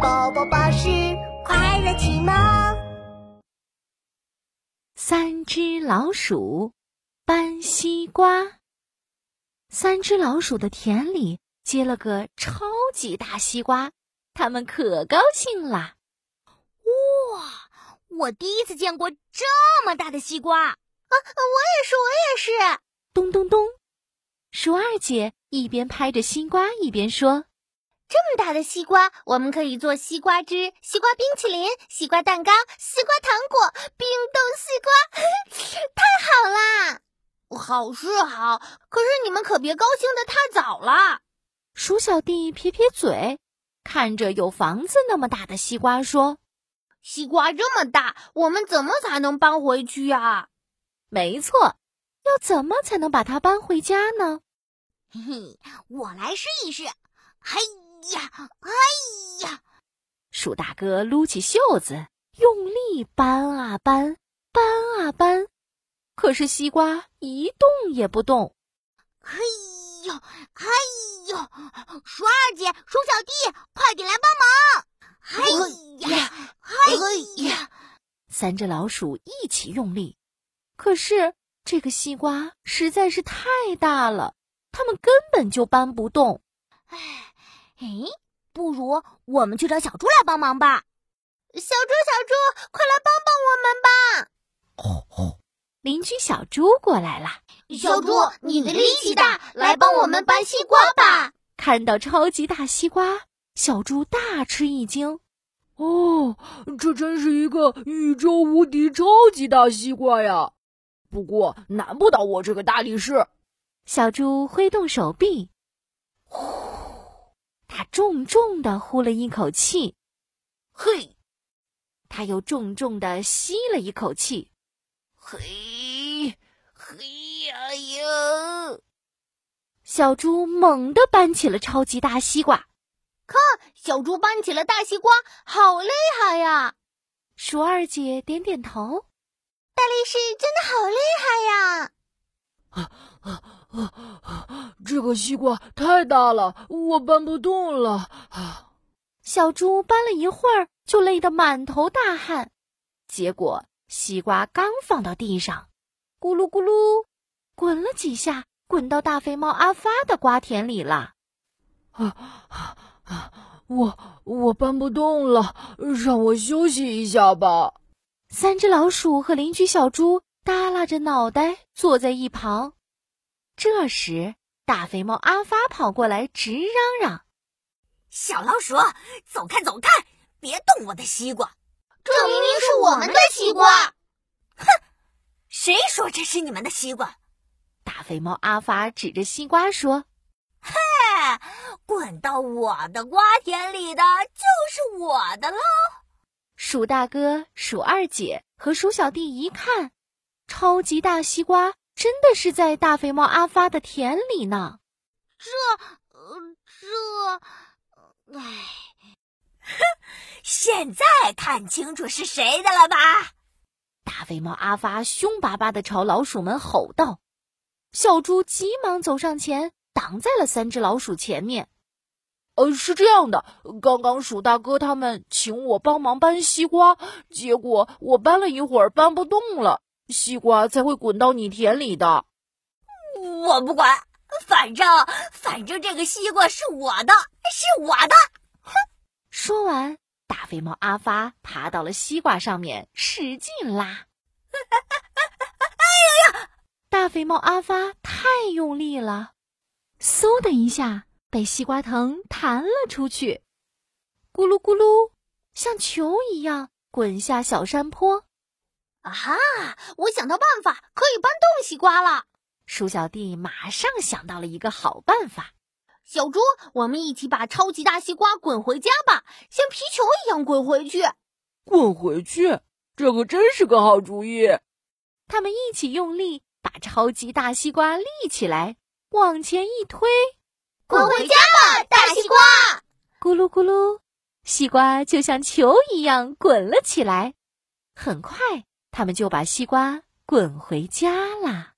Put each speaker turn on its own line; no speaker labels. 宝宝巴士快乐启蒙。
三只老鼠搬西瓜。三只老鼠的田里结了个超级大西瓜，它们可高兴啦！
哇，我第一次见过这么大的西瓜！啊，
我也是，我也是。
咚咚咚，鼠二姐一边拍着西瓜一边说。
这么大的西瓜，我们可以做西瓜汁、西瓜冰淇淋、西瓜蛋糕、西瓜糖果、冰冻西瓜， 太好啦！
好是好，可是你们可别高兴的太早了。
鼠小弟撇撇嘴，看着有房子那么大的西瓜说：“
西瓜这么大，我们怎么才能搬回去呀、啊？”
没错，要怎么才能把它搬回家呢？
嘿嘿，我来试一试。嘿呀，哎呀！
鼠大哥撸起袖子，用力搬啊搬，搬啊搬，可是西瓜一动也不动。
哎呦，哎呦！鼠二姐、鼠小弟，快点来帮忙！哎呀，哎呀！
三只老鼠一起用力，可是这个西瓜实在是太大了，它们根本就搬不动。
哎。哎，不如我们去找小猪来帮忙吧！
小猪，小猪，快来帮帮
我们吧！哦哦，邻居小猪过来了。
小猪，你的力气大，来帮我们搬西瓜吧！
看到超级大西瓜，小猪大吃一惊。
哦，这真是一个宇宙无敌超级大西瓜呀！不过难不倒我这个大力士。
小猪挥动手臂。他重重的呼了一口气，
嘿，
他又重重的吸了一口气，
嘿，嘿呀呀！
小猪猛地搬起了超级大西瓜，
看，小猪搬起了大西瓜，好厉害呀！
鼠二姐点点头，
大力士真的好厉害呀！
啊啊啊！这个西瓜太大了，我搬不动了。啊、
小猪搬了一会儿，就累得满头大汗。结果西瓜刚放到地上，咕噜咕噜，滚了几下，滚到大肥猫阿发的瓜田里了。
啊啊啊！我我搬不动了，让我休息一下吧。
三只老鼠和邻居小猪。耷拉着脑袋坐在一旁。这时，大肥猫阿发跑过来，直嚷嚷：“
小老鼠，走开，走开！别动我的西瓜！
这明明是我们的西瓜！”
哼，谁说这是你们的西瓜？
大肥猫阿发指着西瓜说：“
嘿，滚到我的瓜田里的就是我的喽！”
鼠大哥、鼠二姐和鼠小弟一看。超级大西瓜真的是在大肥猫阿发的田里呢。
这，呃、这，唉，
哼！现在看清楚是谁的了吧？
大肥猫阿发凶巴巴的朝老鼠们吼道。小猪急忙走上前，挡在了三只老鼠前面。
呃，是这样的，刚刚鼠大哥他们请我帮忙搬西瓜，结果我搬了一会儿，搬不动了。西瓜才会滚到你田里的。
我不管，反正反正这个西瓜是我的，是我的。哼！
说完，大肥猫阿发爬到了西瓜上面，使劲 拉。
哎呀呀！
大肥猫阿发太用力了，嗖的一下被西瓜藤弹了出去，咕噜咕噜，像球一样滚下小山坡。
啊哈！我想到办法，可以搬动西瓜了。
鼠小弟马上想到了一个好办法。
小猪，我们一起把超级大西瓜滚回家吧，像皮球一样滚回去。
滚回去，这可、个、真是个好主意。
他们一起用力把超级大西瓜立起来，往前一推，
滚回家吧，大西瓜！
咕噜咕噜，西瓜就像球一样滚了起来。很快。他们就把西瓜滚回家啦。